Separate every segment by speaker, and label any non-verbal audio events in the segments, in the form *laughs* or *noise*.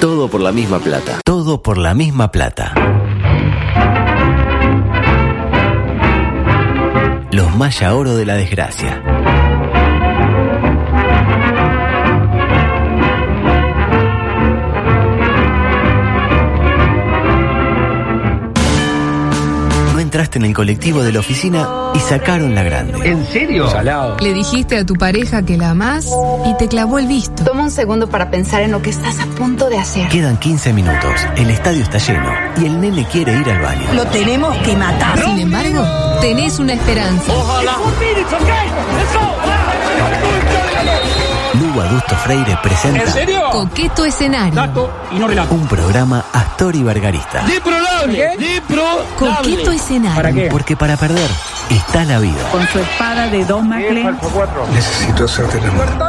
Speaker 1: Todo por la misma plata.
Speaker 2: Todo por la misma plata. Los Maya Oro de la Desgracia. No entraste en el colectivo de la oficina y sacaron la grande.
Speaker 3: ¿En serio? Salado.
Speaker 4: Le dijiste a tu pareja que la amás y te clavó el visto.
Speaker 5: Toma un segundo para pensar en lo que estás a punto de hacer.
Speaker 2: Quedan 15 minutos, el estadio está lleno y el nene quiere ir al baño.
Speaker 6: Lo tenemos que matar.
Speaker 4: Sin embargo, tenés una esperanza.
Speaker 2: Lugo Adusto Freire presenta
Speaker 3: ¿En serio?
Speaker 4: Coqueto escenario.
Speaker 3: Dato y no relato.
Speaker 2: un programa Astor y Bargarista.
Speaker 3: ¿Qué?
Speaker 4: Coqueto escenario.
Speaker 3: ¿Para qué?
Speaker 2: Porque para perder está la vida.
Speaker 6: Con su espada de dos maclen.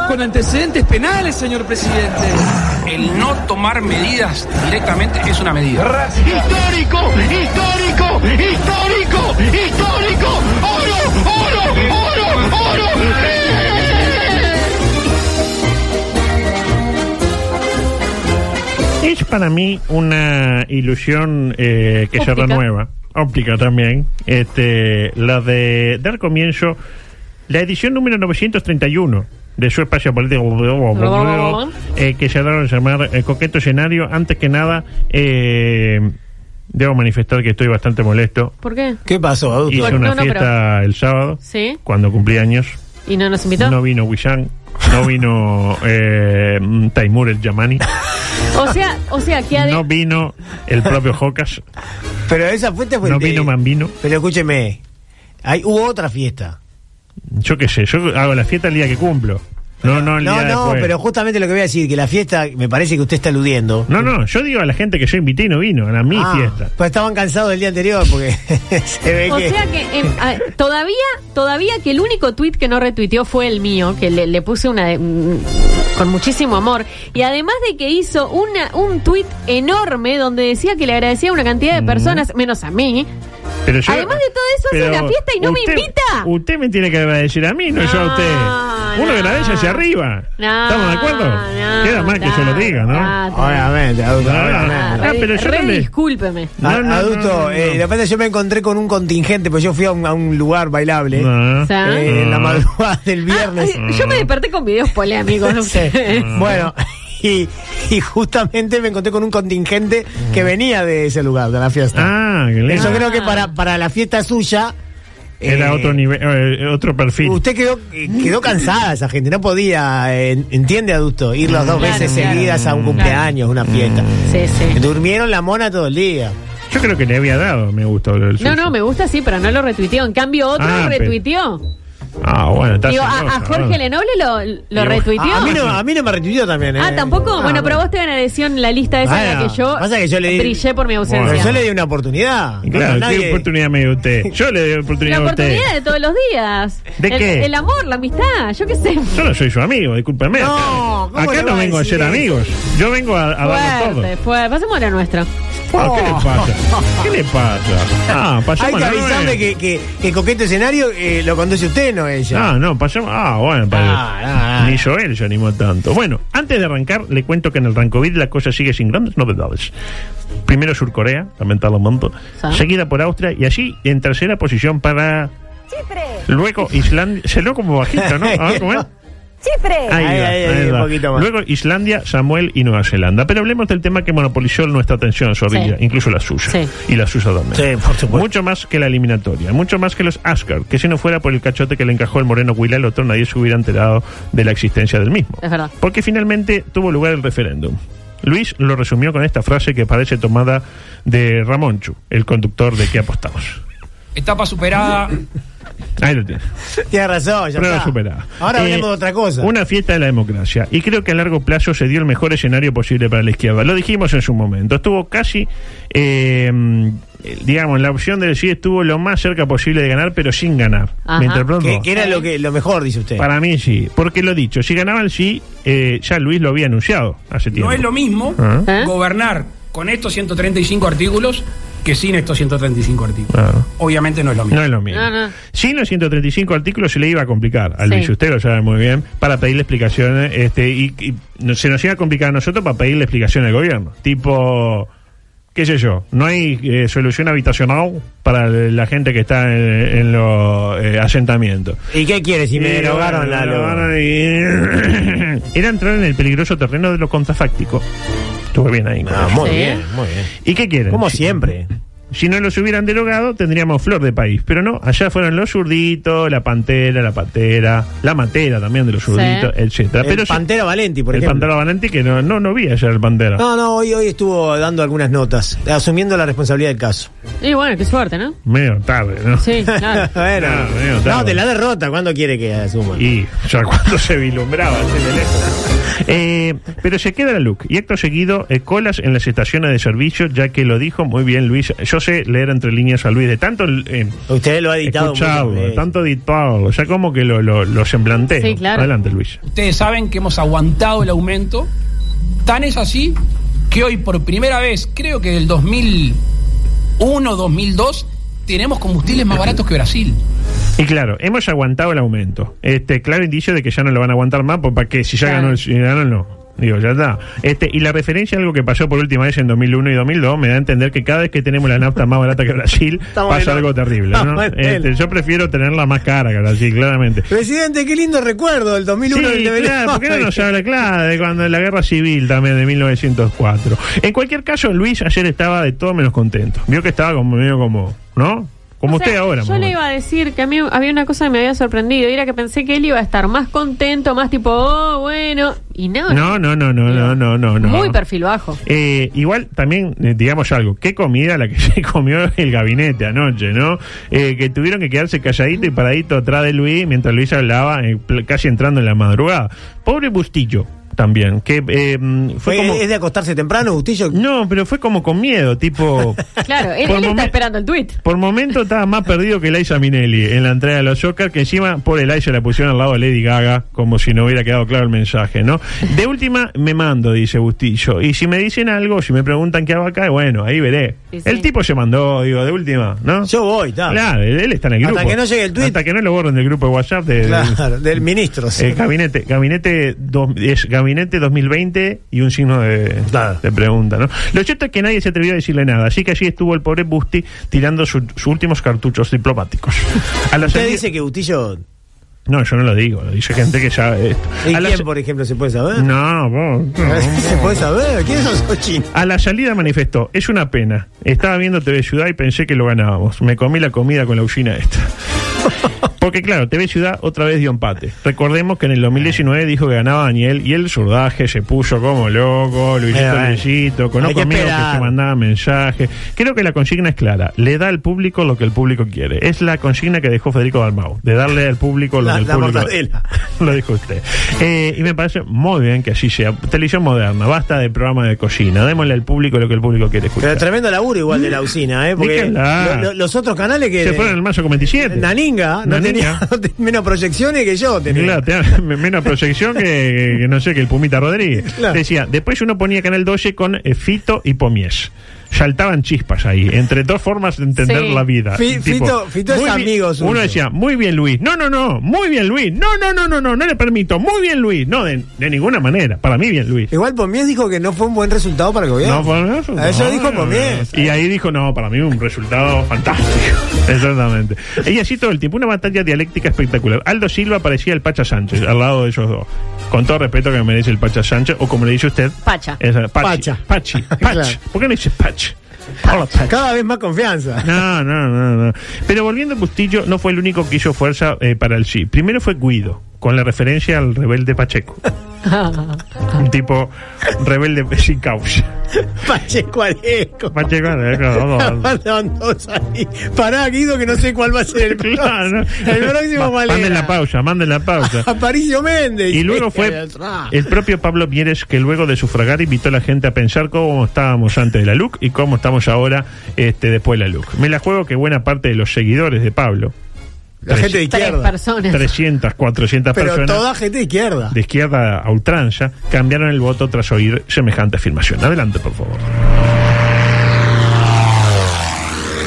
Speaker 7: Con antecedentes penales, señor presidente.
Speaker 8: El no tomar medidas directamente es una medida.
Speaker 9: histórico, histórico, histórico, histórico, oro, oro, oro, oro.
Speaker 10: Es para mí una ilusión eh, que se renueva, óptica también, este, la de dar comienzo la edición número 931 de su espacio político eh, que se daron a llamar eh, Coqueto Escenario. Antes que nada, eh, debo manifestar que estoy bastante molesto.
Speaker 11: ¿Por qué?
Speaker 2: ¿Qué pasó,
Speaker 10: Hice
Speaker 11: Bueno,
Speaker 10: una
Speaker 11: no, no,
Speaker 10: fiesta el sábado,
Speaker 11: ¿Sí?
Speaker 10: cuando cumplí años.
Speaker 11: ¿Y no nos invitó?
Speaker 10: No vino Wishan, no vino eh, Taimur el
Speaker 11: *laughs*
Speaker 10: Yamani.
Speaker 11: O sea, o sea, que ade-
Speaker 10: No vino el propio Jocas,
Speaker 12: Pero esa fuente fue
Speaker 10: no
Speaker 12: de-
Speaker 10: vino Mambino.
Speaker 12: Pero escúcheme, hay, hubo otra fiesta.
Speaker 10: Yo qué sé, yo hago la fiesta el día que cumplo. No, no, el
Speaker 12: No,
Speaker 10: día
Speaker 12: no,
Speaker 10: después.
Speaker 12: pero justamente lo que voy a decir, que la fiesta, me parece que usted está aludiendo.
Speaker 10: No, no, yo digo a la gente que yo invité y no vino, a mi
Speaker 12: Ah,
Speaker 10: fiesta.
Speaker 12: Pues estaban cansados del día anterior porque *laughs* se ve
Speaker 11: o
Speaker 12: que...
Speaker 11: sea que em, a- todavía, todavía que el único tuit que no retuiteó fue el mío, que le, le puse una de- un- con muchísimo amor. Y además de que hizo una, un tuit enorme donde decía que le agradecía a una cantidad de personas, menos a mí.
Speaker 10: Pero yo-
Speaker 11: Además de todo eso, hace
Speaker 10: pero
Speaker 11: una fiesta y no me
Speaker 10: usted-
Speaker 11: invita.
Speaker 10: Usted me tiene que agradecer a mí, no, yo a usted.
Speaker 11: No,
Speaker 10: Uno
Speaker 11: no.
Speaker 10: agradece hacia arriba.
Speaker 11: No,
Speaker 10: ¿Estamos de acuerdo?
Speaker 11: no,
Speaker 10: Queda más que
Speaker 11: ta,
Speaker 10: se lo diga, ¿no?
Speaker 11: ta, ta.
Speaker 12: Obviamente, adulto,
Speaker 10: No,
Speaker 12: obviamente.
Speaker 11: Ah,
Speaker 10: Ah,
Speaker 11: re-
Speaker 10: pero yo
Speaker 11: re
Speaker 10: no le-
Speaker 11: discúlpeme.
Speaker 10: No,
Speaker 12: A-
Speaker 10: no, no,
Speaker 12: adulto,
Speaker 10: no,
Speaker 12: eh,
Speaker 10: no.
Speaker 12: de repente yo me encontré con un contingente, pues yo fui a un, a un lugar bailable
Speaker 10: No.
Speaker 11: ¿Sabes?
Speaker 12: eh, en la
Speaker 10: Ah.
Speaker 12: madrugada del viernes.
Speaker 11: Ah,
Speaker 10: Mm.
Speaker 11: yo me desperté con videos
Speaker 10: *laughs*
Speaker 11: polémicos de ustedes.
Speaker 10: Ah.
Speaker 12: Bueno, *laughs* y, y justamente me encontré con un contingente que venía de ese lugar, de la fiesta.
Speaker 10: Ah, qué lindo.
Speaker 12: Yo creo que para, para la fiesta suya...
Speaker 10: Era
Speaker 12: eh,
Speaker 10: otro nivel, eh, otro perfil.
Speaker 12: Usted quedó, eh, quedó cansada esa gente, no podía, eh, entiende adulto, ir las dos
Speaker 11: Claro,
Speaker 12: veces
Speaker 11: Mm, claro.
Speaker 12: seguidas a un cumpleaños,
Speaker 10: Mm.
Speaker 12: una fiesta.
Speaker 11: Sí, sí.
Speaker 12: Durmieron la mona todo el día.
Speaker 10: Yo creo que le había dado, me gustó. lo del
Speaker 11: No,
Speaker 10: sushi.
Speaker 11: no, me gusta sí, pero no lo retuiteó. En cambio, otro
Speaker 10: Ah,
Speaker 11: lo retuiteó.
Speaker 10: Ah, bueno, está
Speaker 11: Digo, a, a
Speaker 10: celosa,
Speaker 11: Jorge
Speaker 10: bueno.
Speaker 11: Lenoble lo, lo
Speaker 10: ah. Digo,
Speaker 11: retuiteó.
Speaker 12: A, a mí no, a mí no me retuiteó también.
Speaker 11: Ah,
Speaker 12: eh.
Speaker 11: tampoco.
Speaker 12: No,
Speaker 11: bueno,
Speaker 12: no.
Speaker 11: pero vos te agradeció en la lista esa en la
Speaker 12: Bueno,
Speaker 11: que yo,
Speaker 12: pasa que yo le di-
Speaker 11: brillé por mi ausencia.
Speaker 12: Pero
Speaker 10: Bueno,
Speaker 12: yo le di una oportunidad.
Speaker 10: Claro,
Speaker 12: No,
Speaker 10: ¿qué
Speaker 12: nadie-
Speaker 10: oportunidad me dio usted? Yo le doy oportunidad,
Speaker 11: la
Speaker 10: a
Speaker 11: oportunidad
Speaker 10: usted.
Speaker 11: de todos los días.
Speaker 10: ¿De
Speaker 11: el,
Speaker 10: qué?
Speaker 11: El amor, la amistad, yo qué sé.
Speaker 10: Yo no soy su amigo, discúlpeme.
Speaker 12: No, ¿cómo
Speaker 10: Acá
Speaker 12: le va
Speaker 10: no
Speaker 12: a
Speaker 10: vengo a
Speaker 12: decir
Speaker 10: ser
Speaker 12: eso?
Speaker 10: amigos. Yo vengo a, a darlo todo.
Speaker 11: Fuerte, fuerte. Pasemos a la nuestra.
Speaker 10: Ah, ¿Qué le
Speaker 12: *laughs*
Speaker 10: pasa? ¿Qué le pasa? Ah,
Speaker 12: Oh. Hay
Speaker 10: pasemos
Speaker 12: que
Speaker 10: a la
Speaker 12: avisarle
Speaker 10: nueve.
Speaker 12: que, que, que coquete escenario eh, lo conduce usted, no ella.
Speaker 10: Ah, no, pasemos. Ah, bueno, para-
Speaker 12: Ah, ah,
Speaker 10: ni Joel se animó tanto. Bueno, antes de arrancar, le cuento que en el Rancovid la cosa sigue sin grandes novedades. Primero Surcorea, lamentablemente,
Speaker 11: Sí.
Speaker 10: seguida por Austria y allí en tercera posición para. Luego Islandia. Se lo como bajito, ¿no? A ver, ¿cómo
Speaker 11: *laughs*
Speaker 10: es? Ahí,
Speaker 12: Ahí,
Speaker 10: va,
Speaker 12: ahí,
Speaker 10: ahí
Speaker 12: ahí,
Speaker 10: va.
Speaker 12: un poquito más.
Speaker 10: Luego Islandia, Samuel y Nueva Zelanda. Pero hablemos del tema que monopolizó nuestra atención, Zorrilla,
Speaker 11: Sí.
Speaker 10: incluso la suya.
Speaker 11: Sí.
Speaker 10: Y la suya también.
Speaker 12: Sí, por supuesto.
Speaker 10: Mucho más que la eliminatoria, mucho más que los Asgard, que si no fuera por el cachote que le encajó el Moreno Huila al otro, nadie se hubiera enterado de la existencia del mismo.
Speaker 11: Es verdad.
Speaker 10: Porque finalmente tuvo lugar el referéndum. Luis lo resumió con esta frase que parece tomada de Ramonchu, el conductor de ¿Qué apostamos?
Speaker 8: Etapa superada.
Speaker 10: Ahí lo tiene.
Speaker 12: Tiene razón, ya
Speaker 10: Prueba
Speaker 12: está.
Speaker 10: superada.
Speaker 12: Ahora
Speaker 10: Eh,
Speaker 12: hablemos de otra cosa.
Speaker 10: Una fiesta de la democracia. Y creo que a largo plazo se dio el mejor escenario posible para la izquierda. Lo dijimos en su momento. Estuvo casi, eh, digamos, la opción de decir estuvo lo más cerca posible de ganar, pero sin ganar.
Speaker 11: Ajá.
Speaker 10: ¿Me interpreto?
Speaker 12: Que, que era lo, que, lo mejor, dice usted.
Speaker 10: Para mí sí. Porque lo dicho, si ganaba el sí, eh, ya Luis lo había anunciado hace tiempo.
Speaker 8: No es lo mismo
Speaker 10: Ah.
Speaker 11: ¿Eh?
Speaker 8: gobernar con estos 135 artículos que
Speaker 3: que sin estos 135 artículos.
Speaker 10: Claro.
Speaker 3: Obviamente no es lo mismo.
Speaker 10: No es lo mismo.
Speaker 11: No, no.
Speaker 10: Sin los 135 artículos se le iba a complicar al
Speaker 11: Sí.
Speaker 10: Luis, usted lo sabe muy bien, para pedirle explicaciones este, y, y no- se nos iba a complicar a nosotros para pedirle explicación al gobierno. Tipo, qué sé yo, no hay eh, solución habitacional para la gente que está en, en los eh, asentamientos.
Speaker 12: ¿Y qué quieres? Si me
Speaker 10: Y
Speaker 12: derogaron
Speaker 10: bueno, me
Speaker 12: la luz.
Speaker 10: derogaron y- *coughs* Era entrar en el peligroso terreno de lo contrafáctico. Estuve bien ahí.
Speaker 12: Ah, muy
Speaker 11: Sí.
Speaker 12: bien, muy bien.
Speaker 10: ¿Y qué quieren?
Speaker 12: Como
Speaker 10: Si-
Speaker 12: siempre.
Speaker 10: Si no los hubieran derogado, tendríamos flor de país. Pero no, allá fueron los zurditos, la pantera, la patera, la matera también de los zurditos, etcétera.
Speaker 12: El
Speaker 10: Pero sí-
Speaker 12: Pantera Valenti, por
Speaker 10: el
Speaker 12: ejemplo.
Speaker 10: Pantera Valenti, que no, no, no vi allá el pantera.
Speaker 12: No, no, hoy, hoy estuvo dando algunas notas, asumiendo la responsabilidad del caso.
Speaker 11: Y bueno, qué suerte, ¿no?
Speaker 10: Medio tarde, ¿no?
Speaker 12: *laughs*
Speaker 11: Sí, claro.
Speaker 12: bueno,
Speaker 10: No, bueno, está
Speaker 12: no, de
Speaker 10: bueno.
Speaker 12: la derrota, ¿cuándo quiere que asuma?
Speaker 10: Y ya cuando se vislumbraba así de lejos. Eh, pero se queda la look y acto seguido eh, colas en las estaciones de servicio ya que lo dijo muy bien Luis yo sé leer entre líneas a Luis de tanto eh,
Speaker 12: Usted lo ha editado. eh.
Speaker 10: escucharlo
Speaker 12: muchas
Speaker 10: de
Speaker 12: veces.
Speaker 10: tanto editado ya como que lo, lo, lo semblanteo
Speaker 11: Sí, claro.
Speaker 10: adelante Luis
Speaker 8: Ustedes saben que hemos aguantado el aumento. Tan es así que hoy por primera vez, creo que del 2001, 2002, tenemos combustibles más baratos que Brasil.
Speaker 10: y claro hemos aguantado el aumento este claro indicio de que ya no lo van a aguantar más porque para qué si ya
Speaker 11: Claro.
Speaker 10: ganó el si ganó el no Digo, ya está. Este, y la referencia a algo que pasó por última vez en 2001 y 2002 me da a entender que cada vez que tenemos la nafta más barata que Brasil,
Speaker 11: *laughs*
Speaker 12: Estamos
Speaker 10: pasa
Speaker 12: en-
Speaker 10: algo terrible. ¿no?
Speaker 12: Estamos en
Speaker 10: Este,
Speaker 12: el-
Speaker 10: yo prefiero tenerla más cara que Brasil, claramente.
Speaker 12: Presidente, qué lindo recuerdo del 2001
Speaker 10: Sí,
Speaker 12: del TVN.
Speaker 10: claro, ¿por qué no
Speaker 11: *laughs*
Speaker 12: *laughs*
Speaker 10: nos habla? Claro, de cuando la guerra civil también de 1904. En cualquier caso, Luis ayer estaba de todo menos contento. Vio que estaba como medio como, ¿no? *laughs* Como
Speaker 11: O
Speaker 10: usted
Speaker 11: sea,
Speaker 10: ahora.
Speaker 11: Yo
Speaker 10: más o
Speaker 11: le
Speaker 10: menos.
Speaker 11: iba a decir que a mí había una cosa que me había sorprendido y era que pensé que él iba a estar más contento, más tipo, oh, bueno. Y no.
Speaker 10: No, no, no, no, no, no, no, no.
Speaker 11: Muy perfil bajo.
Speaker 10: Eh, igual también eh, digamos algo, qué comida la que *laughs* se comió el gabinete anoche, ¿no? Eh, que tuvieron que quedarse calladito y paradito atrás de Luis mientras Luis hablaba, eh, pl- casi entrando en la madrugada. Pobre Bustillo también, que eh, mm, fue
Speaker 12: Fue-
Speaker 10: como...
Speaker 12: ¿Es de acostarse temprano, Bustillo?
Speaker 10: No, pero fue como con miedo,
Speaker 12: *laughs*
Speaker 10: tipo...
Speaker 11: Claro, él,
Speaker 10: Por
Speaker 11: él está
Speaker 10: momen-
Speaker 11: esperando el tweet.
Speaker 10: Por momento estaba más perdido que Laisa Minelli en la entrega de los Oscars, que encima por el Laisa la pusieron al lado de Lady Gaga, como si no hubiera quedado claro el mensaje, ¿no? De última, me mando, dice Bustillo. Y si me dicen algo, si me preguntan qué hago acá, bueno, ahí veré.
Speaker 11: Sí, sí.
Speaker 10: El tipo se mandó, digo, de última, ¿no?
Speaker 12: Yo voy, está.
Speaker 10: Claro, él está en el
Speaker 12: Hasta
Speaker 10: grupo.
Speaker 12: que no llegue el tuit.
Speaker 10: Hasta que no lo borren del grupo de WhatsApp de,
Speaker 12: Claro, del ministro. sí.
Speaker 10: eh, gabinete, gabinete, dos- es gabinete 2020 y un signo de,
Speaker 12: Claro.
Speaker 10: de pregunta, ¿no? Lo cierto es que nadie se atrevió a decirle nada, así que allí estuvo el pobre Busti tirando su- sus últimos cartuchos diplomáticos. A la
Speaker 12: Usted
Speaker 10: salida-
Speaker 12: dice que Bustillo.
Speaker 10: No, yo no lo digo, lo dice gente que sabe esto.
Speaker 12: ¿Y
Speaker 10: A la
Speaker 12: quién,
Speaker 10: sa-
Speaker 12: por ejemplo, se puede saber?
Speaker 10: No, vos, no.
Speaker 12: *laughs* ¿Se puede saber? ¿Quién son esos chinos?
Speaker 10: A la salida manifestó, es una pena. Estaba viendo TV Ciudad y pensé que lo ganábamos. Me comí la comida con la usina esta. *laughs* Porque claro, TV Ciudad otra vez dio empate. Recordemos que en el 2019 dijo que ganaba Daniel y el surdaje se puso como loco,
Speaker 12: Eh,
Speaker 10: Luisito
Speaker 12: bueno.
Speaker 10: Luisito,
Speaker 12: Hay
Speaker 10: conozco
Speaker 12: que
Speaker 10: amigos que
Speaker 12: esperar.
Speaker 10: se mandaba mensajes. Creo que la consigna es clara, le da al público lo que el público quiere. Es la consigna que dejó Federico Dalmau, de darle al público lo
Speaker 12: La-
Speaker 10: que el
Speaker 12: la
Speaker 10: público
Speaker 12: mortadela.
Speaker 10: *laughs* lo dijo usted. Eh, y me parece muy bien que así sea. Televisión moderna, basta de programa de cocina. Démosle al público lo que el público quiere
Speaker 12: Pero
Speaker 10: escuchar.
Speaker 12: tremendo laburo igual de la usina, ¿eh? Porque
Speaker 10: Ni que hablar.
Speaker 12: lo- lo- los otros canales que.
Speaker 10: Se fueron al mazo con 27.
Speaker 12: Naninga, no tenía, *laughs*
Speaker 10: Naninga.
Speaker 12: no tenía menos proyecciones que yo tenía.
Speaker 10: Claro, tenía me- menos proyección que, que- que no sé, que el Pumita Rodríguez.
Speaker 12: Claro.
Speaker 10: Decía, después uno ponía Canal 12 con eh, Fito y Pomies. Saltaban chispas ahí, entre dos formas de entender
Speaker 11: Sí.
Speaker 10: la vida.
Speaker 12: Fi- Fito- Fito es
Speaker 10: muy bien-
Speaker 12: amigo suyo.
Speaker 10: Uno decía, muy bien Luis, no, no, no, muy bien Luis, no, no, no, no, no, no le permito, muy bien Luis, no, de, de ninguna manera, para mí bien Luis.
Speaker 12: Igual Pomiés dijo que no fue un buen resultado para el gobierno.
Speaker 10: No, por eso.
Speaker 12: A Eso
Speaker 10: no.
Speaker 12: dijo Pomiés.
Speaker 10: Y ahí dijo, no, para mí un resultado fantástico. *laughs* Exactamente. Y así todo el tiempo, una batalla dialéctica espectacular. Aldo Silva parecía el Pacha Sánchez, al lado de ellos dos. Con todo respeto que me merece el Pacha Sánchez, o como le dice usted.
Speaker 11: Pacha.
Speaker 10: es, eh, Pachi.
Speaker 12: Pacha. *laughs*
Speaker 10: Pachi. Pachi.
Speaker 12: Claro.
Speaker 10: ¿Por qué no dice Pachi? Hola, Pachi.
Speaker 12: Cada vez más confianza. *laughs*
Speaker 10: No, no, no, no. Pero volviendo a Bustillo, no fue el único que hizo fuerza eh, para el sí. Primero fue Guido, con la referencia al rebelde Pacheco. Un tipo rebelde *laughs* sin causa.
Speaker 12: Pacheco Areco.
Speaker 10: Pacheco, eh, claro,
Speaker 12: *laughs*
Speaker 10: vamos.
Speaker 12: Mandaban dos ahí. Pará, Guido, que no sé cuál va a *laughs* ser el
Speaker 10: *laughs*
Speaker 12: próximo.
Speaker 10: Claro.
Speaker 12: El próximo Este
Speaker 10: Ma-
Speaker 12: cuál
Speaker 10: Manden
Speaker 12: era.
Speaker 10: la pausa, manden la
Speaker 12: *laughs*
Speaker 10: pausa.
Speaker 12: Aparicio Méndez.
Speaker 10: Y luego fue
Speaker 11: Ah.
Speaker 10: el propio Pablo Mieres que luego de sufragar invitó a la gente a pensar cómo estábamos antes de la LUC y cómo estamos ahora este, después de la LUC. Me la juego que buena parte de los seguidores de Pablo,
Speaker 12: La gente de
Speaker 11: Tres
Speaker 12: izquierda.
Speaker 11: personas.
Speaker 10: 300, 400
Speaker 12: Pero
Speaker 10: personas
Speaker 12: toda gente de izquierda.
Speaker 10: de izquierda a ultranza, cambiaron el voto tras oír semejante afirmación. Adelante, por favor.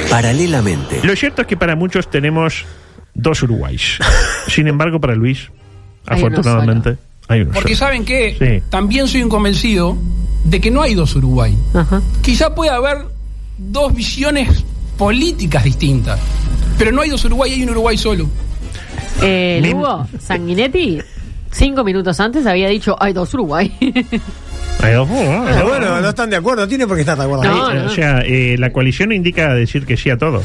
Speaker 2: Paralelamente,
Speaker 10: Lo cierto es que para muchos tenemos dos
Speaker 12: *laughs*
Speaker 10: Uruguays. Sin embargo, para Luis,
Speaker 11: Hay uno
Speaker 10: afortunadamente, hay uno
Speaker 8: Porque
Speaker 10: solo.
Speaker 8: saben que
Speaker 10: Sí.
Speaker 8: también soy un convencido de que no hay dos Uruguay.
Speaker 11: Ajá.
Speaker 8: Quizá pueda haber dos visiones políticas distintas, pero no hay dos Uruguay, hay un Uruguay solo.
Speaker 11: Eh,
Speaker 10: Lim-
Speaker 11: Lugo, Sanguinetti, cinco minutos antes había dicho, hay dos Uruguay. *laughs*
Speaker 10: Hay dos, oh, hay
Speaker 12: Pero
Speaker 10: dos.
Speaker 12: Ah, bueno, no están de acuerdo, tiene por qué estar de acuerdo.
Speaker 11: No.
Speaker 10: O sea, eh, la coalición no indica decir que sí a todo.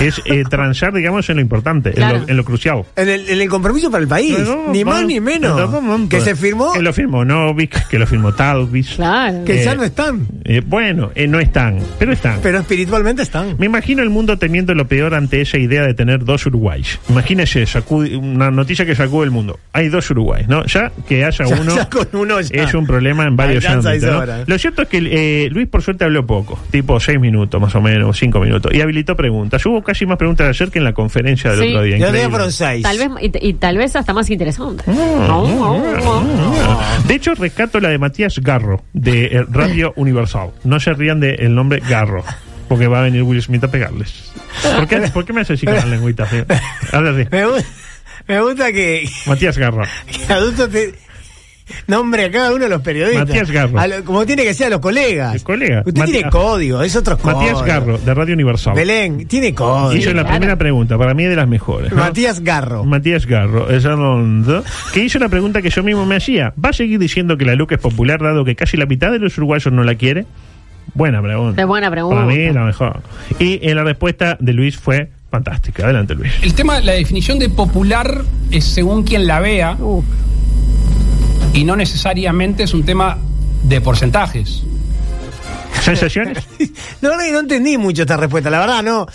Speaker 10: Es
Speaker 12: *laughs*
Speaker 10: eh, transar, digamos, en lo importante, en lo- en,
Speaker 11: Claro.
Speaker 10: lo, crucial.
Speaker 12: En el, en el compromiso para el país,
Speaker 10: No, no,
Speaker 12: ni
Speaker 10: va-
Speaker 12: más ni
Speaker 10: en todo
Speaker 12: menos.
Speaker 10: momento.
Speaker 12: Que se firmó,
Speaker 10: Que lo firmó Novik, que lo firmó Talvis.
Speaker 11: claro.
Speaker 12: que ya
Speaker 10: Eh,
Speaker 12: no están,
Speaker 10: Eh, bueno, eh, no están, pero están.
Speaker 12: pero espiritualmente están.
Speaker 10: Me imagino el mundo temiendo lo peor ante esa idea de tener dos Uruguayes. Imagínese, sacude- una noticia que sacude el mundo. Hay dos Uruguayes, ¿no? Ya que haya
Speaker 12: Ya-
Speaker 10: uno,
Speaker 12: ya con uno ya.
Speaker 10: es un problema en varios
Speaker 12: Alcanza y
Speaker 10: ámbitos. ¿no?
Speaker 12: sobra.
Speaker 10: Lo cierto es que eh, Luis, por suerte, habló poco, tipo seis minutos más o menos, cinco minutos, y habilitó preguntas. Hubo casi más preguntas ayer que en la conferencia del
Speaker 11: Sí.
Speaker 10: otro día.
Speaker 12: Ya
Speaker 10: increíble.
Speaker 12: le fueron seis.
Speaker 11: Tal vez, y, y tal vez hasta más interesante.
Speaker 10: Ah.
Speaker 11: Oh, oh, oh.
Speaker 10: De hecho, rescato la de Matías Garro, de eh, Radio Universal. No se rían del nombre Garro, porque va a venir Will Smith a pegarles. ¿Por
Speaker 12: *laughs*
Speaker 10: qué, por qué me hace así con la lengüita? tío? Habla así.
Speaker 12: Me, gu- me gusta que,
Speaker 10: Matías Garro.
Speaker 12: que adultos te nombre a cada uno de los periodistas.
Speaker 10: Matías Garro.
Speaker 12: A lo- como tiene que ser a los colegas.
Speaker 10: El colega.
Speaker 12: Usted
Speaker 10: Matías-
Speaker 12: tiene código, es otro código.
Speaker 10: Matías Garro, de Radio Universal.
Speaker 12: Belén, tiene
Speaker 10: Hizo
Speaker 12: código.
Speaker 10: la primera pregunta, para mí de las mejores. ¿no?
Speaker 12: Matías Garro.
Speaker 10: Matías Garro, es Arnondo, que hizo una pregunta que yo mismo me hacía. ¿Va a seguir diciendo que la Luca es popular dado que casi la mitad de los uruguayos no la quiere? Buena pregunta.
Speaker 11: Es buena pregunta.
Speaker 10: Para mí la mejor. Y eh, la respuesta de Luis fue fantástica. Adelante, Luis.
Speaker 12: *laughs*
Speaker 8: El tema, la definición de popular es según quien la vea
Speaker 11: Uh,
Speaker 8: y no necesariamente es un tema de porcentajes.
Speaker 10: ¿Sensaciones?
Speaker 12: La verdad que no entendí mucho esta respuesta, la verdad no.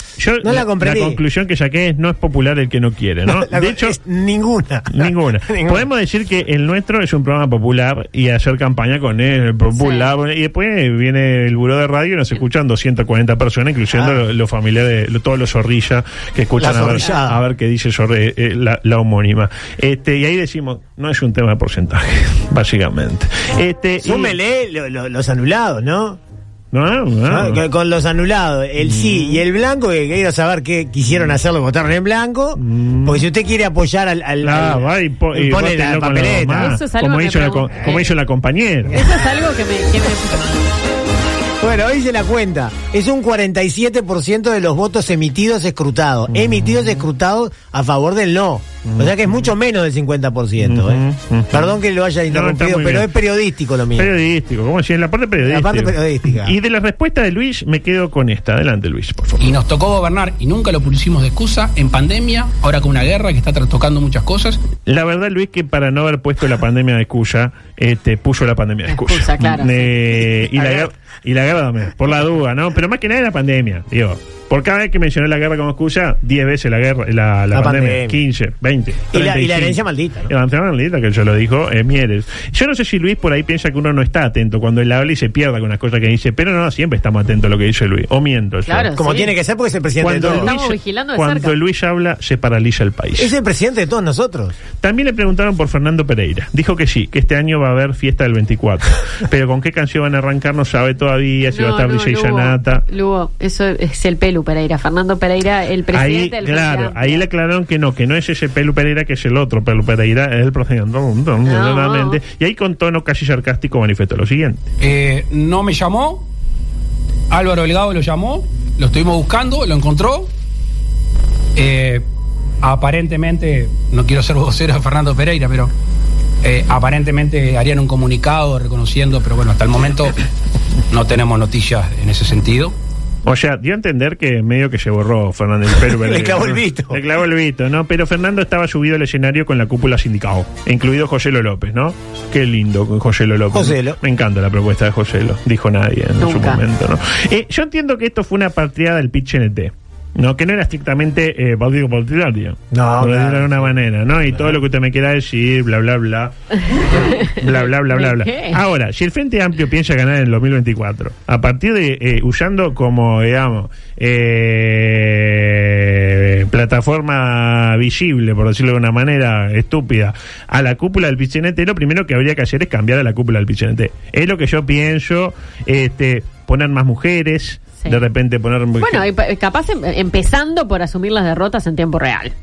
Speaker 12: no la, comprendí.
Speaker 10: conclusión que saqué es no es popular el que no quiere, ¿no?
Speaker 12: *laughs* La-
Speaker 10: de hecho,
Speaker 12: es ninguna.
Speaker 10: *laughs* Ninguna.
Speaker 12: *laughs* Ninguna.
Speaker 10: Podemos decir que el nuestro es un programa popular y hacer campaña con él, el popular. Y después viene el buró de radio y nos escuchan 240 personas, incluyendo
Speaker 12: Ah.
Speaker 10: lo- los familiares, lo- todos los zorrillas que escuchan
Speaker 12: La
Speaker 10: a ver,
Speaker 12: zorrillada.
Speaker 10: a ver qué dice zorre- eh, la, la homónima. este Y ahí decimos, no es un tema de porcentaje, *laughs* básicamente. este y-
Speaker 12: Súmele lo- lo- los anulados, ¿no?
Speaker 10: No, no.
Speaker 12: Ah, Con, con los anulados, el sí
Speaker 10: Mm.
Speaker 12: y el blanco, que quiero saber qué quisieron hacerlo, votaron en blanco. Porque si usted quiere apoyar al. al-
Speaker 10: Mm. Ah,
Speaker 12: al-
Speaker 10: va y, po- y
Speaker 12: pone
Speaker 10: bótenlo
Speaker 12: la
Speaker 10: con los
Speaker 12: papeleta.
Speaker 10: demás,
Speaker 11: Eso es algo
Speaker 10: como,
Speaker 11: que
Speaker 10: hizo la, co-
Speaker 11: pregunté.
Speaker 10: como hizo la compañera.
Speaker 11: Eso es algo que me... que me-
Speaker 12: Bueno, hoy se la cuenta. Es un 47% de los votos emitidos escrutados. Emitidos escrutados a favor del no. O sea que es mucho menos del 50%. ¿eh?
Speaker 10: Ujú, ujú.
Speaker 12: Perdón que lo haya interrumpido,
Speaker 10: muy
Speaker 12: pero
Speaker 10: bien.
Speaker 12: es periodístico lo mío.
Speaker 10: Periodístico, como si en la parte periodística.
Speaker 12: La parte periodística.
Speaker 10: Y de la respuesta de Luis me quedo con esta. Adelante, Luis, por favor.
Speaker 8: Y nos tocó gobernar y nunca lo pusimos de excusa en pandemia, ahora con una guerra que está trastocando muchas cosas.
Speaker 10: La verdad, Luis, que para no haber puesto la pandemia de excusa, este, puso la pandemia de excusa.
Speaker 11: Excusa, claro,
Speaker 10: Eh, y, la guerra, y la guerra también, por la duda, ¿no? Pero más que nada la pandemia, digo. Por cada vez que mencioné la guerra como excusa, 10 veces la guerra, la, la
Speaker 12: La
Speaker 10: pandemia,
Speaker 12: pandemia.
Speaker 10: 15, 20.
Speaker 12: Y la- y la
Speaker 10: 35.
Speaker 12: herencia maldita, ¿no?
Speaker 10: La herencia maldita, que yo lo dijo, eh, Mieres. Yo no sé si Luis por ahí piensa que uno no está atento cuando él habla y se pierda con las cosas que dice, pero no, siempre estamos atentos a lo que dice Luis. O miento. yo.
Speaker 11: Claro,
Speaker 12: Como
Speaker 11: Sí.
Speaker 12: tiene que ser porque es el presidente
Speaker 10: Cuando
Speaker 12: de todos.
Speaker 11: Estamos
Speaker 10: Luis,
Speaker 11: vigilando de
Speaker 10: cuando
Speaker 11: cerca.
Speaker 10: Luis habla, se paraliza el país.
Speaker 12: Es el presidente de todos nosotros.
Speaker 10: También le preguntaron por Fernando Pereira. Dijo que sí, que este año va a haber fiesta del 24.
Speaker 11: *laughs*
Speaker 10: pero con qué canción van a arrancar no sabe todavía, si va a estar DJ
Speaker 11: Lugo,
Speaker 10: Yanata.
Speaker 11: Lugo, eso es el Pelu Pereira. Fernando Pereira, el
Speaker 10: Ahí,
Speaker 11: presidente del
Speaker 10: claro,
Speaker 11: Frente
Speaker 10: ahí le aclararon que no, que no es ese Pelu Pereira, que es el otro Pelu Pereira, es el procedente. nuevamente. Y ahí con tono casi sarcástico manifestó lo siguiente.
Speaker 8: Eh, no me llamó. Álvaro Delgado lo llamó. Lo estuvimos buscando, lo encontró. Eh, aparentemente, no quiero ser vocero de Fernando Pereira, pero eh, aparentemente harían un comunicado reconociendo, pero bueno, hasta el momento no tenemos noticias en ese sentido.
Speaker 10: O sea, dio a entender que medio que se borró Fernando el
Speaker 12: *laughs*
Speaker 10: Pelu Pereira.
Speaker 12: Le clavó el
Speaker 10: ¿no?
Speaker 12: visto.
Speaker 10: Le clavó el visto, ¿no? Pero Fernando estaba subido al escenario con la cúpula sindical, incluido José Lo López, ¿no? Qué lindo con José Lo López.
Speaker 12: José Lo.
Speaker 10: Me encanta la propuesta de José Lo, dijo nadie en su
Speaker 11: Nunca.
Speaker 10: momento, ¿no? Eh, yo entiendo que esto fue una partida del pitch NT. No, que no era estrictamente eh, partido partidario.
Speaker 12: No,
Speaker 10: Por decirlo de
Speaker 12: claro.
Speaker 10: una manera, ¿no? Y todo lo que usted me quiera decir, bla, bla,
Speaker 11: *laughs*
Speaker 10: bla. bla, bla, bla, bla, Ah, bla.
Speaker 11: ¿Qué?
Speaker 10: Ahora, si el Frente Amplio piensa ganar en el 2024, a partir de eh, usando como, digamos, eh, plataforma visible, por decirlo de una manera estúpida, a la cúpula del Pichinete, lo primero que habría que hacer es cambiar a la cúpula del Pichinete. Es lo que yo pienso, este poner más mujeres,
Speaker 11: Sí.
Speaker 10: de repente poner...
Speaker 11: Bueno, y pa- capaz em- empezando por asumir las derrotas en tiempo real.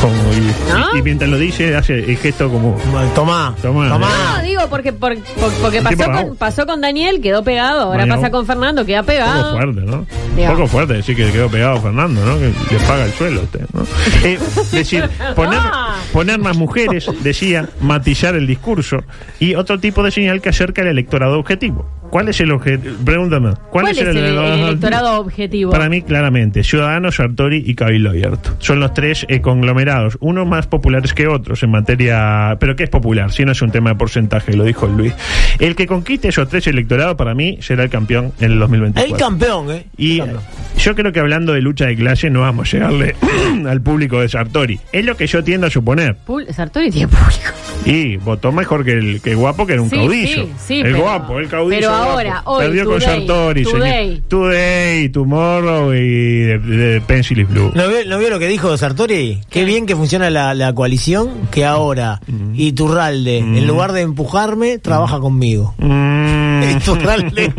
Speaker 10: Como- y,
Speaker 11: ¿No?
Speaker 10: y- y mientras lo dice, hace el gesto como...
Speaker 12: Bueno, Tomá,
Speaker 10: Tomá.
Speaker 12: tomá.
Speaker 11: No, digo, porque, por- por- porque
Speaker 10: Sí,
Speaker 11: pasó,
Speaker 10: por favor.
Speaker 11: con, pasó con Daniel, quedó pegado. Ahora
Speaker 10: Bueno.
Speaker 11: pasa con Fernando, queda
Speaker 10: poco
Speaker 11: pegado.
Speaker 10: fuerte, ¿no?
Speaker 11: Digamos.
Speaker 10: poco fuerte decir que quedó pegado a Fernando, ¿no? Que le paga el suelo a usted, ¿no? *laughs* Eh, decir, poner,
Speaker 11: Ah.
Speaker 10: poner más mujeres, decía, matizar el discurso y otro tipo de señal que acerca al electorado objetivo. ¿Cuál es el objetivo? Pregúntame.
Speaker 11: ¿Cuál, es el, el electorado objetivo?
Speaker 10: Para mí, claramente, Ciudadanos, Sartori y Cabildo Abierto. Son los tres eh, conglomerados, unos más populares que otros en materia... Pero ¿qué es popular? Si no es un tema de porcentaje, lo dijo Luis. El que conquiste esos tres electorados, para mí, será el campeón en el 2024.
Speaker 12: El campeón, ¿eh?
Speaker 10: Y yo creo que hablando de lucha de clase no vamos a llegarle *clears throat* al público de Sartori. Es lo que yo tiendo a suponer.
Speaker 11: Pul- Sartori tiene público.
Speaker 10: Y votó mejor que el que el guapo, que era un
Speaker 11: Sí,
Speaker 10: caudillo.
Speaker 11: sí, sí,
Speaker 10: el
Speaker 11: pero-
Speaker 10: guapo, el caudillo.
Speaker 11: pero
Speaker 10: guapo.
Speaker 11: ahora, hoy,
Speaker 10: Perdió con
Speaker 11: today,
Speaker 10: Sartori,
Speaker 11: today.
Speaker 10: señor. Today, Tomorrow y de, de Pencil is Blue.
Speaker 12: ¿No vio, no vio lo que dijo Sartori? Qué bien que funciona la, la coalición, que ahora Iturralde, en lugar de empujarme, trabaja conmigo. *laughs*
Speaker 10: Mm.
Speaker 12: Iturralde,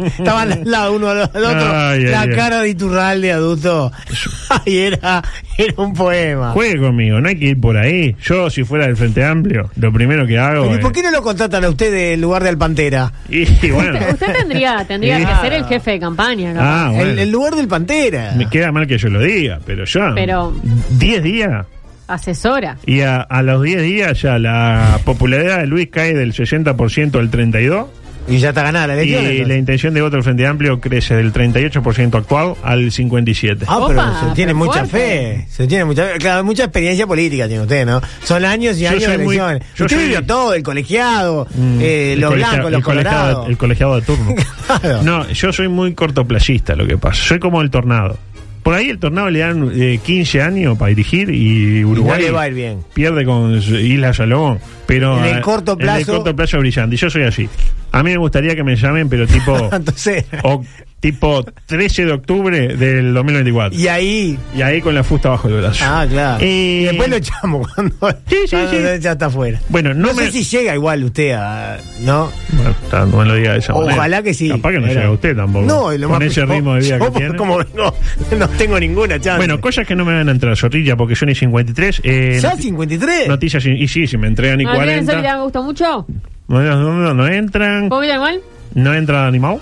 Speaker 10: *laughs*
Speaker 12: estaban al lado uno al al otro.
Speaker 10: Ay, ay,
Speaker 12: la
Speaker 10: ay.
Speaker 12: cara de Iturralde, adulto. *laughs* Ay, era, era un poema.
Speaker 10: Juegue conmigo, no hay que ir por ahí. Yo, si fuera del Frente Amplio, lo primero que hago.
Speaker 12: Pero ¿Y
Speaker 10: es-
Speaker 12: por qué no lo contratan a usted en lugar de al Pantera?
Speaker 10: *laughs* Y, y bueno.
Speaker 11: Usted, usted tendría, tendría
Speaker 10: Sí.
Speaker 11: que ser el jefe de campaña. capaz.
Speaker 10: Ah, bueno.
Speaker 12: El, el lugar del Pantera.
Speaker 10: Me queda mal que yo lo diga, pero ya.
Speaker 11: Pero-
Speaker 10: 10 días.
Speaker 11: Asesora.
Speaker 10: Y a, a los 10 días ya la popularidad de Luis cae del 60% al 32%.
Speaker 12: Y ya está ganada la
Speaker 10: Y
Speaker 12: elección.
Speaker 10: la
Speaker 12: entonces.
Speaker 10: intención de voto del Frente Amplio crece del 38% actual al 57%.
Speaker 12: Ah, pero
Speaker 11: Opa,
Speaker 12: se tiene
Speaker 11: pero
Speaker 12: mucha
Speaker 11: fuerte.
Speaker 12: fe. Se tiene mucha fe. Claro, mucha experiencia política tiene usted, ¿no? Son años y
Speaker 10: Yo
Speaker 12: años de
Speaker 10: soy muy-
Speaker 12: elecciones.
Speaker 10: yo
Speaker 12: usted
Speaker 10: soy-
Speaker 12: vivió todo, el colegiado, eh,
Speaker 10: Mm. El
Speaker 12: los
Speaker 10: colegia-
Speaker 12: blancos,
Speaker 10: el
Speaker 12: los
Speaker 10: colegiado,
Speaker 12: colorados.
Speaker 10: el colegiado de turno.
Speaker 12: *laughs* Claro.
Speaker 10: No, yo soy muy cortoplacista lo que pasa. Soy como el tornado. Por ahí el tornado le dan eh, 15 años para dirigir y Uruguay
Speaker 12: no le va a ir bien.
Speaker 10: pierde con su- Isla Salomón. Pero
Speaker 12: En el
Speaker 10: eh,
Speaker 12: corto
Speaker 10: en el
Speaker 12: plazo-
Speaker 10: corto plazo es brillante. Y Yo soy así. A mí me gustaría que me llamen, pero tipo,
Speaker 12: *laughs* Entonces,
Speaker 10: o- tipo 13 de octubre del 2024.
Speaker 12: y ahí.
Speaker 10: Y ahí con la fusta bajo el brazo. *laughs*
Speaker 12: Ah, claro.
Speaker 10: Eh,
Speaker 12: Y
Speaker 10: *laughs*
Speaker 12: después lo echamos cuando,
Speaker 10: Sí, sí,
Speaker 12: cuando
Speaker 10: sí.
Speaker 12: ya está afuera.
Speaker 10: Bueno, no
Speaker 12: no sé
Speaker 10: me-
Speaker 12: si llega igual usted a. ¿No?
Speaker 10: Bueno, ta- no me lo diga de esa
Speaker 12: Ojalá
Speaker 10: manera.
Speaker 12: que sí.
Speaker 10: Capaz que no
Speaker 12: Pero-
Speaker 10: llega usted tampoco.
Speaker 12: No, y lo
Speaker 10: con
Speaker 12: más
Speaker 10: ese
Speaker 12: *laughs* yo-
Speaker 10: ritmo de vida
Speaker 12: yo
Speaker 10: que tiene.
Speaker 12: Como vengo, *laughs* no tengo ninguna chance.
Speaker 10: Bueno, cosas que no me van a entrar, Zorrilla, porque yo ni 53. Eh,
Speaker 12: ¿Ya
Speaker 10: noti-
Speaker 12: 53?
Speaker 10: Noticias, y y sí, si me entregan ni
Speaker 11: ¿No tienen
Speaker 10: 40.
Speaker 11: solidaridad? ¿Me gusta mucho?
Speaker 10: No, no, no, no entran.
Speaker 11: ¿Puedo mirar igual?
Speaker 10: No entra animado.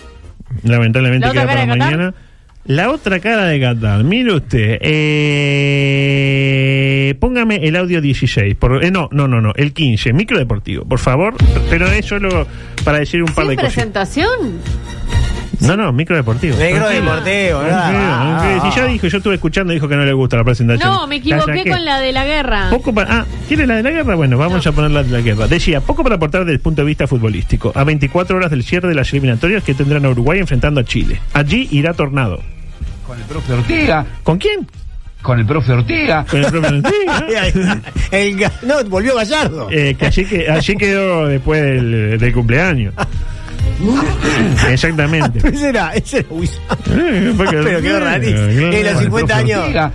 Speaker 10: Lamentablemente
Speaker 11: ¿La otra
Speaker 10: queda para
Speaker 11: cara de Qatar?
Speaker 10: mañana. La otra cara de Qatar. Mire usted. eh, póngame el audio 16. Por, eh, no, no, no, no. El 15. Microdeportivo, por favor. Pero es solo para decir un par
Speaker 11: ¿Sin
Speaker 10: de cosas.
Speaker 11: presentación?
Speaker 10: No, no, microdeportivo.
Speaker 12: Negro de
Speaker 10: Tranquilo.
Speaker 12: morteo,
Speaker 10: Tranquilo, tranquilo. Si ya dijo, yo estuve escuchando, dijo que no le gusta la presentación.
Speaker 11: No, me equivoqué
Speaker 10: saqué.
Speaker 11: con la de la guerra.
Speaker 10: Poco para, ah, ¿quiere la de la guerra? Bueno, vamos a poner la de la guerra. Decía, poco para aportar desde el punto de vista futbolístico. A 24 horas del cierre de las eliminatorias que tendrán a Uruguay enfrentando a Chile. Allí irá Tornado.
Speaker 7: Con el profe Ortega,
Speaker 10: ¿Con quién?
Speaker 7: con el profe Ortega.
Speaker 10: Con el propio Ortega.
Speaker 12: *laughs* Ay, ay, el ga- no, volvió Gallardo.
Speaker 10: Eh, que allí, que, allí quedó después del, del cumpleaños. Exactamente.
Speaker 12: *laughs*
Speaker 10: *laughs*
Speaker 12: Ese era, ese era Huizar.
Speaker 10: Eh, porque-
Speaker 12: Pero quedó rarísimo.
Speaker 10: Eh, claro,
Speaker 12: En los
Speaker 10: con el
Speaker 12: 50
Speaker 10: profe
Speaker 12: años.
Speaker 7: Ortega.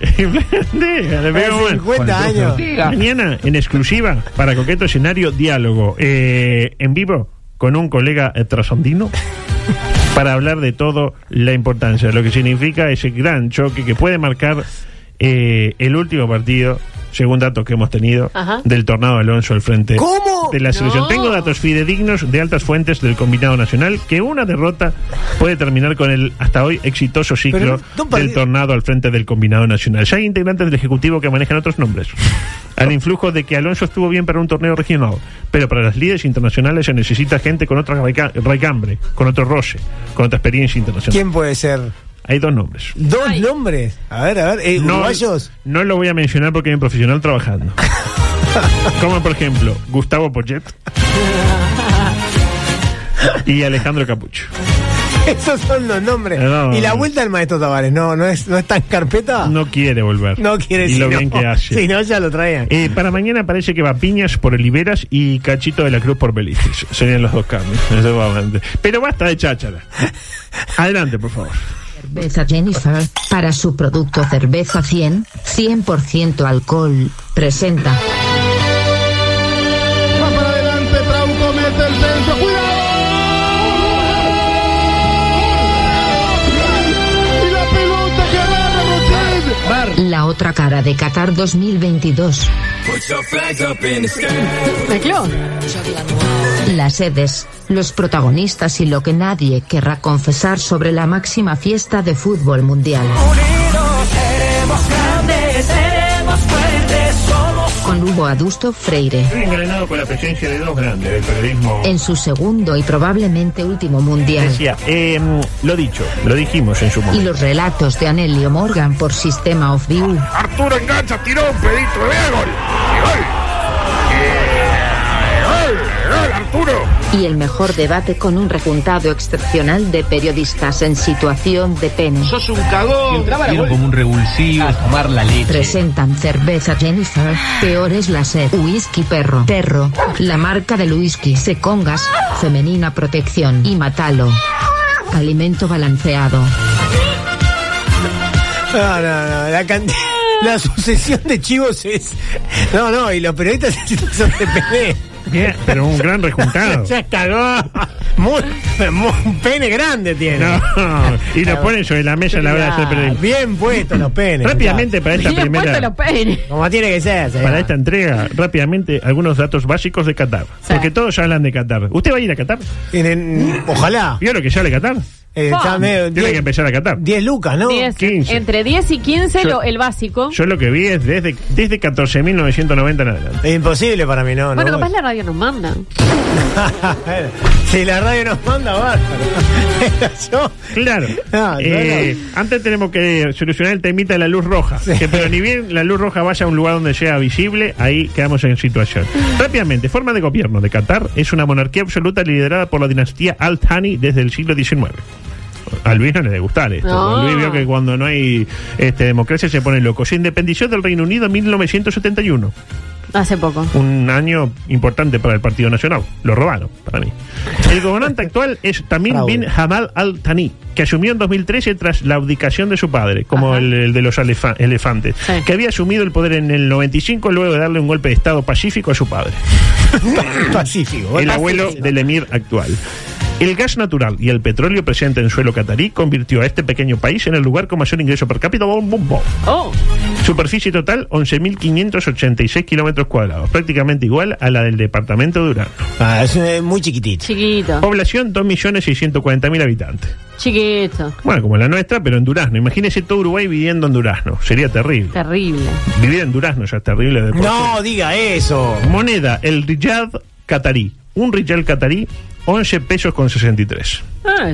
Speaker 10: Ortega, le pegó
Speaker 12: Hace
Speaker 10: bueno.
Speaker 12: 50
Speaker 7: Con el profe
Speaker 12: años.
Speaker 7: Ortega.
Speaker 10: Mañana, en exclusiva, para Coqueto Escenario, diálogo eh, en vivo con un colega eh, trasandino para hablar de todo la importancia, lo que significa ese gran choque que puede marcar eh, el último partido, según datos que hemos tenido,
Speaker 11: Ajá.
Speaker 10: del tornado Alonso al frente
Speaker 12: ¿Cómo?
Speaker 10: de la selección.
Speaker 11: No.
Speaker 10: Tengo datos fidedignos de altas fuentes del combinado nacional que una derrota puede terminar con el hasta hoy exitoso ciclo
Speaker 12: Pero no
Speaker 10: del
Speaker 12: parece-
Speaker 10: tornado al frente del combinado nacional. Ya hay integrantes del Ejecutivo que manejan otros
Speaker 12: *laughs*
Speaker 10: nombres. Al influjo de que Alonso estuvo bien para un torneo regional, pero para las líderes internacionales se necesita gente con otra reca- recambre, con otro roce, con otra experiencia internacional.
Speaker 12: ¿Quién puede ser?
Speaker 10: Hay dos nombres.
Speaker 12: Dos nombres. A ver, a ver. eh, uruguayos.
Speaker 10: no lo voy a mencionar porque hay un profesional trabajando.
Speaker 12: *laughs*
Speaker 10: Como por ejemplo, Gustavo Pochet y Alejandro Capucho.
Speaker 12: *laughs* Esos son los nombres.
Speaker 10: No, no,
Speaker 12: y la
Speaker 10: no.
Speaker 12: vuelta del maestro Tavares. No, no es, no está en carpeta.
Speaker 10: No quiere volver.
Speaker 12: Ah. No quiere
Speaker 10: Y
Speaker 12: decir.
Speaker 10: lo bien que hace.
Speaker 12: Si no, ya lo traían.
Speaker 10: Eh, para mañana parece que va Piñas por Oliveras y Cachito de la Cruz por Belices. Serían los dos cambios, *laughs* seguramente. Pero basta de cháchara. Adelante, por favor.
Speaker 1: Cerveza Jennifer, para su producto Cerveza 100, 100% alcohol, presenta.
Speaker 9: Va para adelante, Trauco mete el centro. ¡Cuidado!
Speaker 1: la otra cara de Qatar 2022.
Speaker 11: Mezcló.
Speaker 1: Las sedes, los protagonistas y lo que nadie querrá confesar sobre la máxima fiesta de fútbol mundial. Con Hugo Adusto Freire.
Speaker 10: Estoy engranado con la presencia de dos grandes del periodismo.
Speaker 1: En su segundo y probablemente último mundial.
Speaker 10: Decía, eh, lo dicho, lo dijimos en su
Speaker 1: Y
Speaker 10: momento.
Speaker 1: los relatos de Anelio Morgan por Sistema of the U.
Speaker 7: Arturo engancha, tiró un pedito de gol. ¡Gol! ¡Gol! Arturo!
Speaker 1: Y el mejor debate con un rejuntado excepcional de periodistas en situación de pene.
Speaker 7: ¡Sos un cagón!
Speaker 8: Vieron como un revulsivo, tomar la leche.
Speaker 1: Presentan cerveza Jennifer, peor es la sed, whisky perro, perro, la marca del whisky, secongas, femenina protección y matalo. Alimento balanceado.
Speaker 12: No, no, no, la cantidad. *laughs* La sucesión de chivos es. No, no, y los periodistas *laughs* son de pene.
Speaker 10: Bien, pero un gran
Speaker 12: *laughs*
Speaker 10: rejuntado.
Speaker 12: Ya cagó. Muy, muy- un pene grande tiene.
Speaker 10: No, y lo ponen sobre la mesa a la hora de hacer periodismo.
Speaker 12: Ah, Bien puestos los penes.
Speaker 10: Rápidamente para esta
Speaker 11: Bien puesto los
Speaker 10: primera.
Speaker 11: peines.
Speaker 12: muchachos. Como tiene que ser. señor.
Speaker 10: Para esta entrega, rápidamente, algunos datos básicos de Qatar. Porque todos hablan de Qatar. ¿Usted va a ir a Qatar?
Speaker 12: Tienen- ojalá.
Speaker 10: ¿Vio lo que sale Qatar?
Speaker 12: Eh, está medio-
Speaker 10: Tiene que
Speaker 12: diez-
Speaker 10: empezar a Qatar.
Speaker 12: 10 lucas, ¿no?
Speaker 11: 10,
Speaker 10: 15.
Speaker 11: Entre 10 y 15
Speaker 10: Yo-
Speaker 11: lo- el básico.
Speaker 10: Yo lo que vi es desde, desde 14.990 en adelante.
Speaker 12: Es imposible para mí, ¿no?
Speaker 11: bueno,
Speaker 12: no
Speaker 11: capaz la radio nos manda.
Speaker 12: voy. *laughs* si la radio nos manda, bárbaro. *laughs* Yo-
Speaker 10: Claro.
Speaker 12: Ah,
Speaker 10: Eh, Antes tenemos que solucionar el temita de la luz roja. Que, pero ni bien la luz roja vaya a un lugar donde sea visible, ahí quedamos en situación. Rápidamente, forma de gobierno de Qatar es una monarquía absoluta liderada por la dinastía Al Thani desde el siglo XIX. A Luis no le gustar esto.
Speaker 11: No.
Speaker 10: Luis vio que cuando no hay este, democracia se pone loco. Se independició del Reino Unido en 1971.
Speaker 11: Hace poco.
Speaker 10: un año importante para el Partido Nacional. Lo robaron, para mí. El gobernante actual es Tamim
Speaker 12: Fraude.
Speaker 10: bin Hamal al-Thani, que asumió en 2013 tras la abdicación de su padre, como
Speaker 11: Ajá.
Speaker 10: el, el de los elefa- elefantes,
Speaker 11: Sí.
Speaker 10: que había asumido el poder en el 95 luego de darle un golpe de Estado pacífico a su padre,
Speaker 12: Pacífico.
Speaker 10: el abuelo
Speaker 12: Pacífico.
Speaker 10: del emir actual. El gas natural y el petróleo presente en suelo catarí convirtió a este pequeño país en el lugar con mayor ingreso per cápita. Bom, bom, bom.
Speaker 11: Oh,
Speaker 10: Superficie total 11.586 kilómetros cuadrados, prácticamente igual a la del departamento de Urano.
Speaker 12: Ah, es eh, muy chiquitito.
Speaker 11: chiquito.
Speaker 10: Población 2.640.000 habitantes.
Speaker 11: Chiquito.
Speaker 10: Bueno, como la nuestra, pero en Durazno. Imagínese todo Uruguay viviendo en Durazno. Sería terrible.
Speaker 11: Terrible.
Speaker 10: Vivir en Durazno ya es terrible. de por
Speaker 12: No, diga eso.
Speaker 10: sí. Moneda, el Riyad catarí. Un Riyal catarí, 11 pesos con 63.
Speaker 11: Ah,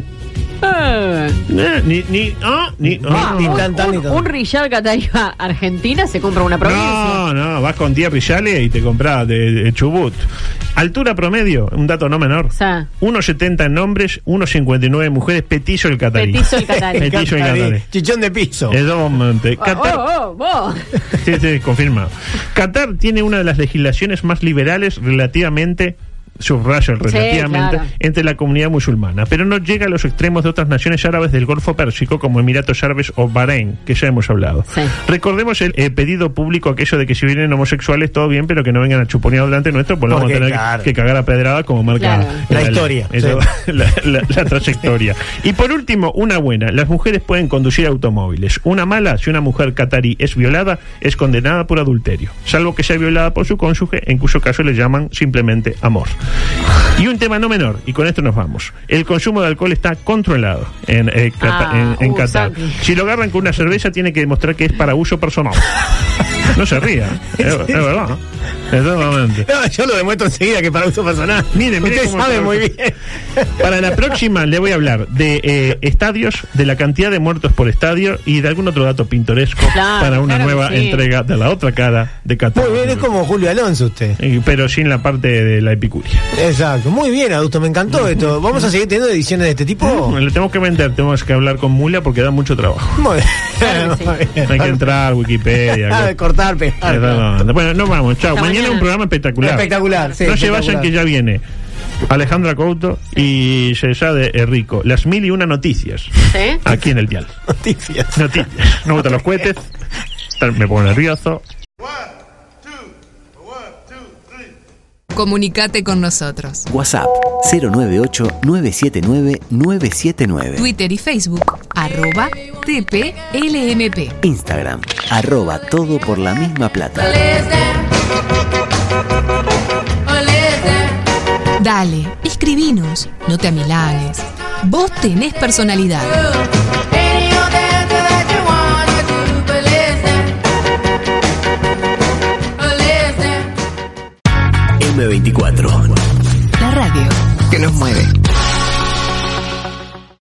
Speaker 11: ah.
Speaker 10: Eh, ni, ni, ah, ni, ah.
Speaker 12: Ni tan, tan, ni
Speaker 11: Un,
Speaker 12: tan.
Speaker 11: un Rijal Catariba Argentina se compra una provincia.
Speaker 10: No, no, vas con 10 Riyales y te compras de, de Chubut. Altura promedio, un dato no menor.
Speaker 11: O sea,
Speaker 10: 1,70 en hombres, 1,59 en mujeres, petizo el catarí.
Speaker 11: Petizo
Speaker 12: *laughs*
Speaker 11: el catarí.
Speaker 10: Petizo el catarí.
Speaker 12: Chichón de piso.
Speaker 10: Es dos monte. Qatar,
Speaker 11: Oh, oh, vos.
Speaker 10: *laughs* Sí, sí, confirmado. Qatar tiene una de las legislaciones más liberales relativamente subrayo el
Speaker 11: Sí,
Speaker 10: relativamente
Speaker 11: claro.
Speaker 10: entre la comunidad musulmana, pero no llega a los extremos de otras naciones árabes del Golfo Pérsico como Emiratos Árabes o Bahrein, que ya hemos hablado.
Speaker 11: Sí.
Speaker 10: Recordemos el eh, pedido público aquello de que si vienen homosexuales todo bien, pero que no vengan a chuponear delante nuestro, pues lo vamos a
Speaker 12: Porque,
Speaker 10: tener que-
Speaker 12: claro.
Speaker 10: que cagar a pedrada como marca
Speaker 11: Claro.
Speaker 10: eh,
Speaker 12: La historia,
Speaker 10: eso-
Speaker 12: sí.
Speaker 10: *laughs* la, la- la trayectoria. Y por último, una buena. Las mujeres pueden conducir automóviles. Una mala, si una mujer catarí es violada, es condenada por adulterio. Salvo que sea violada por su cónyuge, en cuyo caso le llaman simplemente amor. Y un tema no menor, y con esto nos vamos. El consumo de alcohol está controlado en, eh, Cata-
Speaker 11: Ah,
Speaker 10: en- en
Speaker 11: uh,
Speaker 10: Qatar.
Speaker 11: Santi.
Speaker 10: Si lo agarran con una cerveza, tiene que demostrar que es para uso
Speaker 11: *laughs*
Speaker 10: personal. No se ría. Es, es verdad. Es totalmente.
Speaker 12: No, yo lo demuestro enseguida que para uso personal.
Speaker 10: Mire, mire
Speaker 12: Usted
Speaker 10: cómo
Speaker 12: sabe
Speaker 10: trabaja.
Speaker 12: muy bien.
Speaker 10: *laughs* Para la próxima le voy a hablar de eh, estadios, de la cantidad de muertos por estadio y de algún otro dato pintoresco
Speaker 11: Claro,
Speaker 10: para una
Speaker 11: claro que
Speaker 10: nueva
Speaker 11: sí.
Speaker 10: entrega de la otra cara de Qatar.
Speaker 12: Muy bien, es como Julio Alonso usted.
Speaker 10: Eh, Pero sin la parte de la epicuria.
Speaker 12: Exacto. Muy bien, adulto, me encantó esto. ¿Vamos a seguir teniendo ediciones de este tipo?
Speaker 10: Lo tenemos que vender, tenemos que hablar con Mula porque da mucho trabajo.
Speaker 12: Muy bien.
Speaker 11: Claro que sí.
Speaker 12: *laughs* Muy bien.
Speaker 10: Hay que entrar, Wikipedia. Eh,
Speaker 12: Eh, *laughs* Ah,
Speaker 10: cosas.
Speaker 12: cortar, pegar.
Speaker 10: Exactamente. Bueno, nos vamos. Chao.
Speaker 11: Hasta
Speaker 10: Mañana,
Speaker 11: mañana.
Speaker 10: un programa espectacular.
Speaker 12: Espectacular, sí,
Speaker 10: no se
Speaker 12: espectacular.
Speaker 10: vayan que ya viene. Alejandra Couto y Cesade Rico. Las mil y una noticias.
Speaker 11: ¿Sí?
Speaker 10: Aquí en el dial.
Speaker 12: Noticias.
Speaker 10: Noticias. No botan los cohetes. Me pongo nervioso.
Speaker 4: Comunicate con nosotros.
Speaker 2: WhatsApp 098 979 979.
Speaker 4: Twitter y Facebook. arroba tplmp.
Speaker 2: Instagram, arroba todo por la misma plata.
Speaker 4: Dale, escribinos, no te amilanes. Vos tenés personalidad.
Speaker 2: M24.
Speaker 4: La radio.
Speaker 2: Que nos mueve.